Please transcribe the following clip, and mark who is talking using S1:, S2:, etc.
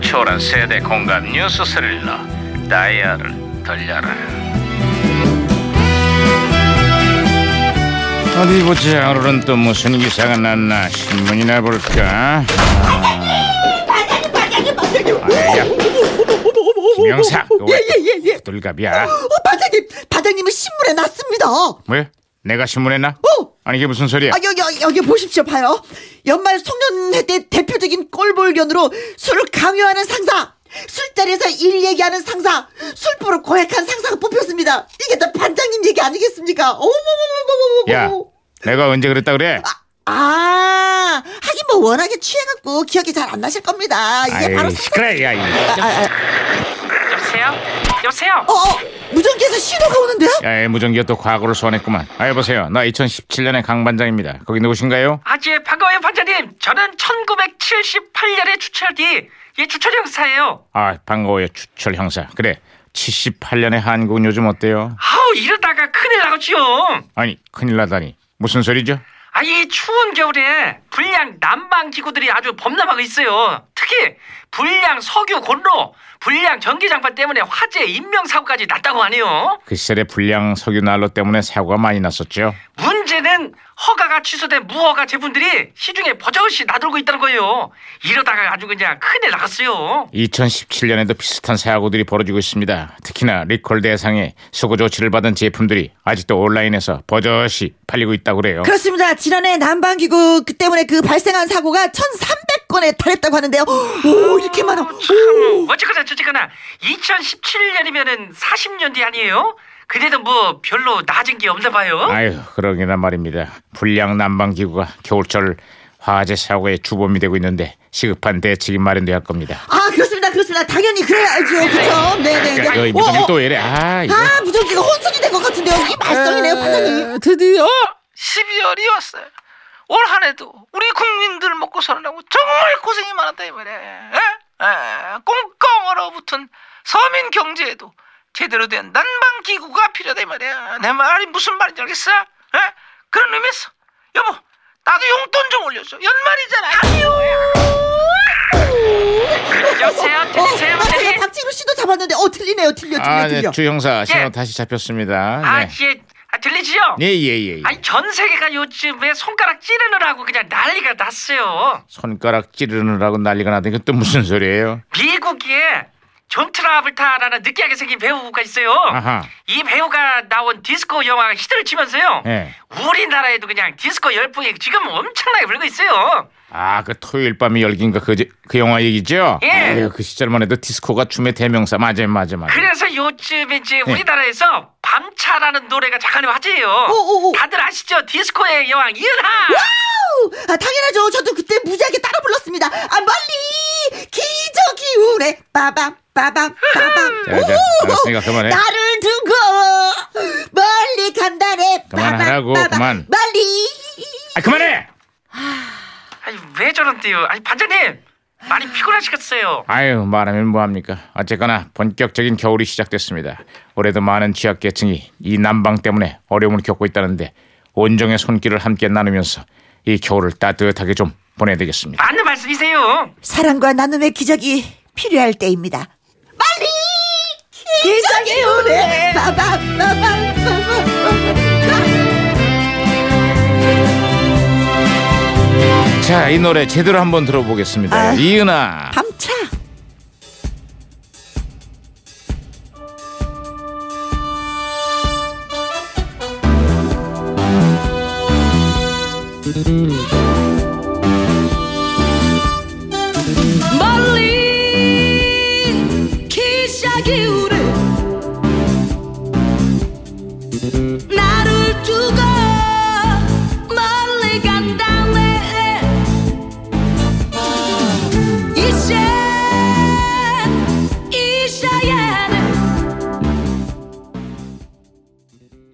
S1: 초월한 세대 공감 뉴스 스릴러 다이아를 돌려라 어디 보자 오늘은 또 무슨 기사가 났나 신문이나 볼까
S2: 반장님, 반장님,
S1: 아야 김영사
S2: 예예예 예, 예.
S1: 돌갑이야
S2: 어, 반장님, 반장님은 신문에 났습니다. 어,
S1: 왜? 내가 신문에 나? 아니 이게 무슨 소리야
S2: 아 여기 여기, 여기 보십시오, 봐요. 연말 송년회 때 대표적인 꼴불견으로 술을 강요하는 상사, 술자리에서 일 얘기하는 상사, 술부로 고약한 상사가 뽑혔습니다. 이게 다 반장님 얘기 아니겠습니까? 어머머머머머머.
S1: 야 내가 언제 그랬다 그래?
S2: 아, 하긴 뭐 워낙에 취해갖고 기억이 잘 안 나실 겁니다. 이게 바로
S1: 아이
S2: 상사.
S1: 시끄러 야 이.
S2: 아, 아, 아.
S3: 여보세요? 여보세요?
S2: 어, 어, 무전기에서 신호가 오는데요?
S1: 야, 무전기가 또 과거를 소환했구만. 아, 여보세요. 나 2017년의 강반장입니다. 거기 누구신가요?
S3: 아, 예, 반가워요, 반장님. 저는 1978년에 주철이, 예, 주철 형사예요.
S1: 아, 반가워요. 추철 형사. 그래. 78년의 한국은 요즘 어때요?
S3: 아우, 이러다가 큰일 나겠지요.
S1: 아니, 큰일 나다니. 무슨 소리죠?
S3: 아, 이 추운 겨울에 불량 난방 기구들이 아주 범람하고 있어요. 특히 불량 석유 곤로, 불량 전기장판 때문에 화재 인명사고까지 났다고 하네요.
S1: 그 시절에 불량 석유 난로 때문에 사고가 많이 났었죠.
S3: 문제는 허가가 취소된 무허가 제품들이 시중에 버젓이 나돌고 있다는 거예요. 이러다가 아주 그냥 큰일 나갔어요.
S1: 2017년에도 비슷한 사고들이 벌어지고 있습니다. 특히나 리콜 대상에 수거 조치를 받은 제품들이 아직도 온라인에서 버젓이 팔리고 있다고 그래요.
S2: 그렇습니다. 지난해 난방기구 그 때문에 그 발생한 사고가 1,300건에 달했다고 하는데요. 오, 이렇게 많아.
S3: 참 어쨌거나 저쨌거나 2017년이면은 40년 뒤 아니에요? 그래도 뭐 별로 낮은 게 없나 봐요.
S1: 아유, 그러기나 말입니다. 불량 난방 기구가 겨울철 화재 사고의 주범이 되고 있는데 시급한 대책이 마련돼야 할 겁니다.
S2: 아, 그렇습니다. 그렇습니다. 당연히 그래야죠. 그렇죠? 네, 네,
S1: 야,
S2: 네.
S1: 이 무전기
S2: 어, 어.
S1: 또 이래. 아, 이거.
S2: 아, 무전기가 혼선이 된 것 같은데요. 이 말썽이네요, 판장님.
S4: 드디어
S5: 12월이 왔어요. 올 한해도 우리 국민들 먹고 사느라고 정말 고생이 많았다 이 말이야. 에? 에, 꽁꽁 얼어붙은 서민 경제에도 제대로 된 난방 기구가 필요하다 이 말이야. 내 말이 무슨 말인지 알겠어?
S3: 아,
S5: 에? 그런 의미에서 여보 나도 용돈 좀 올려줘. 연말이잖아.
S3: 여보세요? 들리세요? 네.
S2: 어, 맞아요.
S3: 반장님?
S2: 박진우 씨도 잡았는데, 어, 틀리네요. 틀려, 틀려,
S1: 아, 네,
S2: 틀려.
S1: 주 형사 신호
S3: 예.
S1: 다시 잡혔습니다.
S3: 아,
S1: 네.
S3: 예. 아, 들리지요?
S1: 예, 예, 예. 예.
S3: 아니 전 세계가 요즘에 손가락 찌르느라고 그냥 난리가 났어요.
S1: 손가락 찌르느라고 난리가 나더니 그또 무슨 소리예요?
S3: 미국에 존 트라블타라는 느끼하게 생긴 배우가 있어요.
S1: 아하.
S3: 이 배우가 나온 디스코 영화가 히트를 치면서요.
S1: 예.
S3: 우리나라에도 그냥 디스코 열풍이 지금 엄청나게 불고 있어요.
S1: 아, 그 토요일 밤이 열긴가 그, 그 영화 얘기죠?
S3: 예.
S1: 아유, 그 시절만 해도 디스코가 춤의 대명사. 맞아요, 맞아요, 맞아요.
S3: 그래서 요즘 이제
S1: 예.
S3: 우리나라에서 밤차라는 노래가 작가님 화제예요.
S2: 오, 오.
S3: 다들 아시죠? 디스코의 여왕 이은하.
S2: 아우, 아, 당연하죠. 저도 그때 무지하게 따라 불렀습니다. 아, 멀리 기적이 우네. 빠밤, 빠밤, 빠밤.
S1: 자, 자,
S2: 오!
S1: 알았으니까 그만해.
S2: 나를 두고 멀리 간다네.
S1: 그만하라고,
S2: 빠밤, 빠밤.
S1: 그만.
S2: 멀리.
S1: 아, 그만해!
S3: 아니 왜 저런데요? 아니 반장님 많이 피곤하시겠어요.
S1: 아유 말하면 뭐합니까 어쨌거나 본격적인 겨울이 시작됐습니다 올해도 많은 취약계층이 이 난방 때문에 어려움을 겪고 있다는데 온정의 손길을 함께 나누면서 이 겨울을 따뜻하게 좀 보내야 되겠습니다
S3: 맞는 말씀이세요.
S2: 사랑과 나눔의 기적이 필요할 때입니다. 멀리 기적이 우네. 빠밤, 빠밤, 빠밤.
S1: 자 이 노래 제대로 한번 들어보겠습니다
S2: 아.
S1: 이은아
S2: 밤차.
S6: 멀리 기시하기 우래 나를 두고 멀리 간다네 이제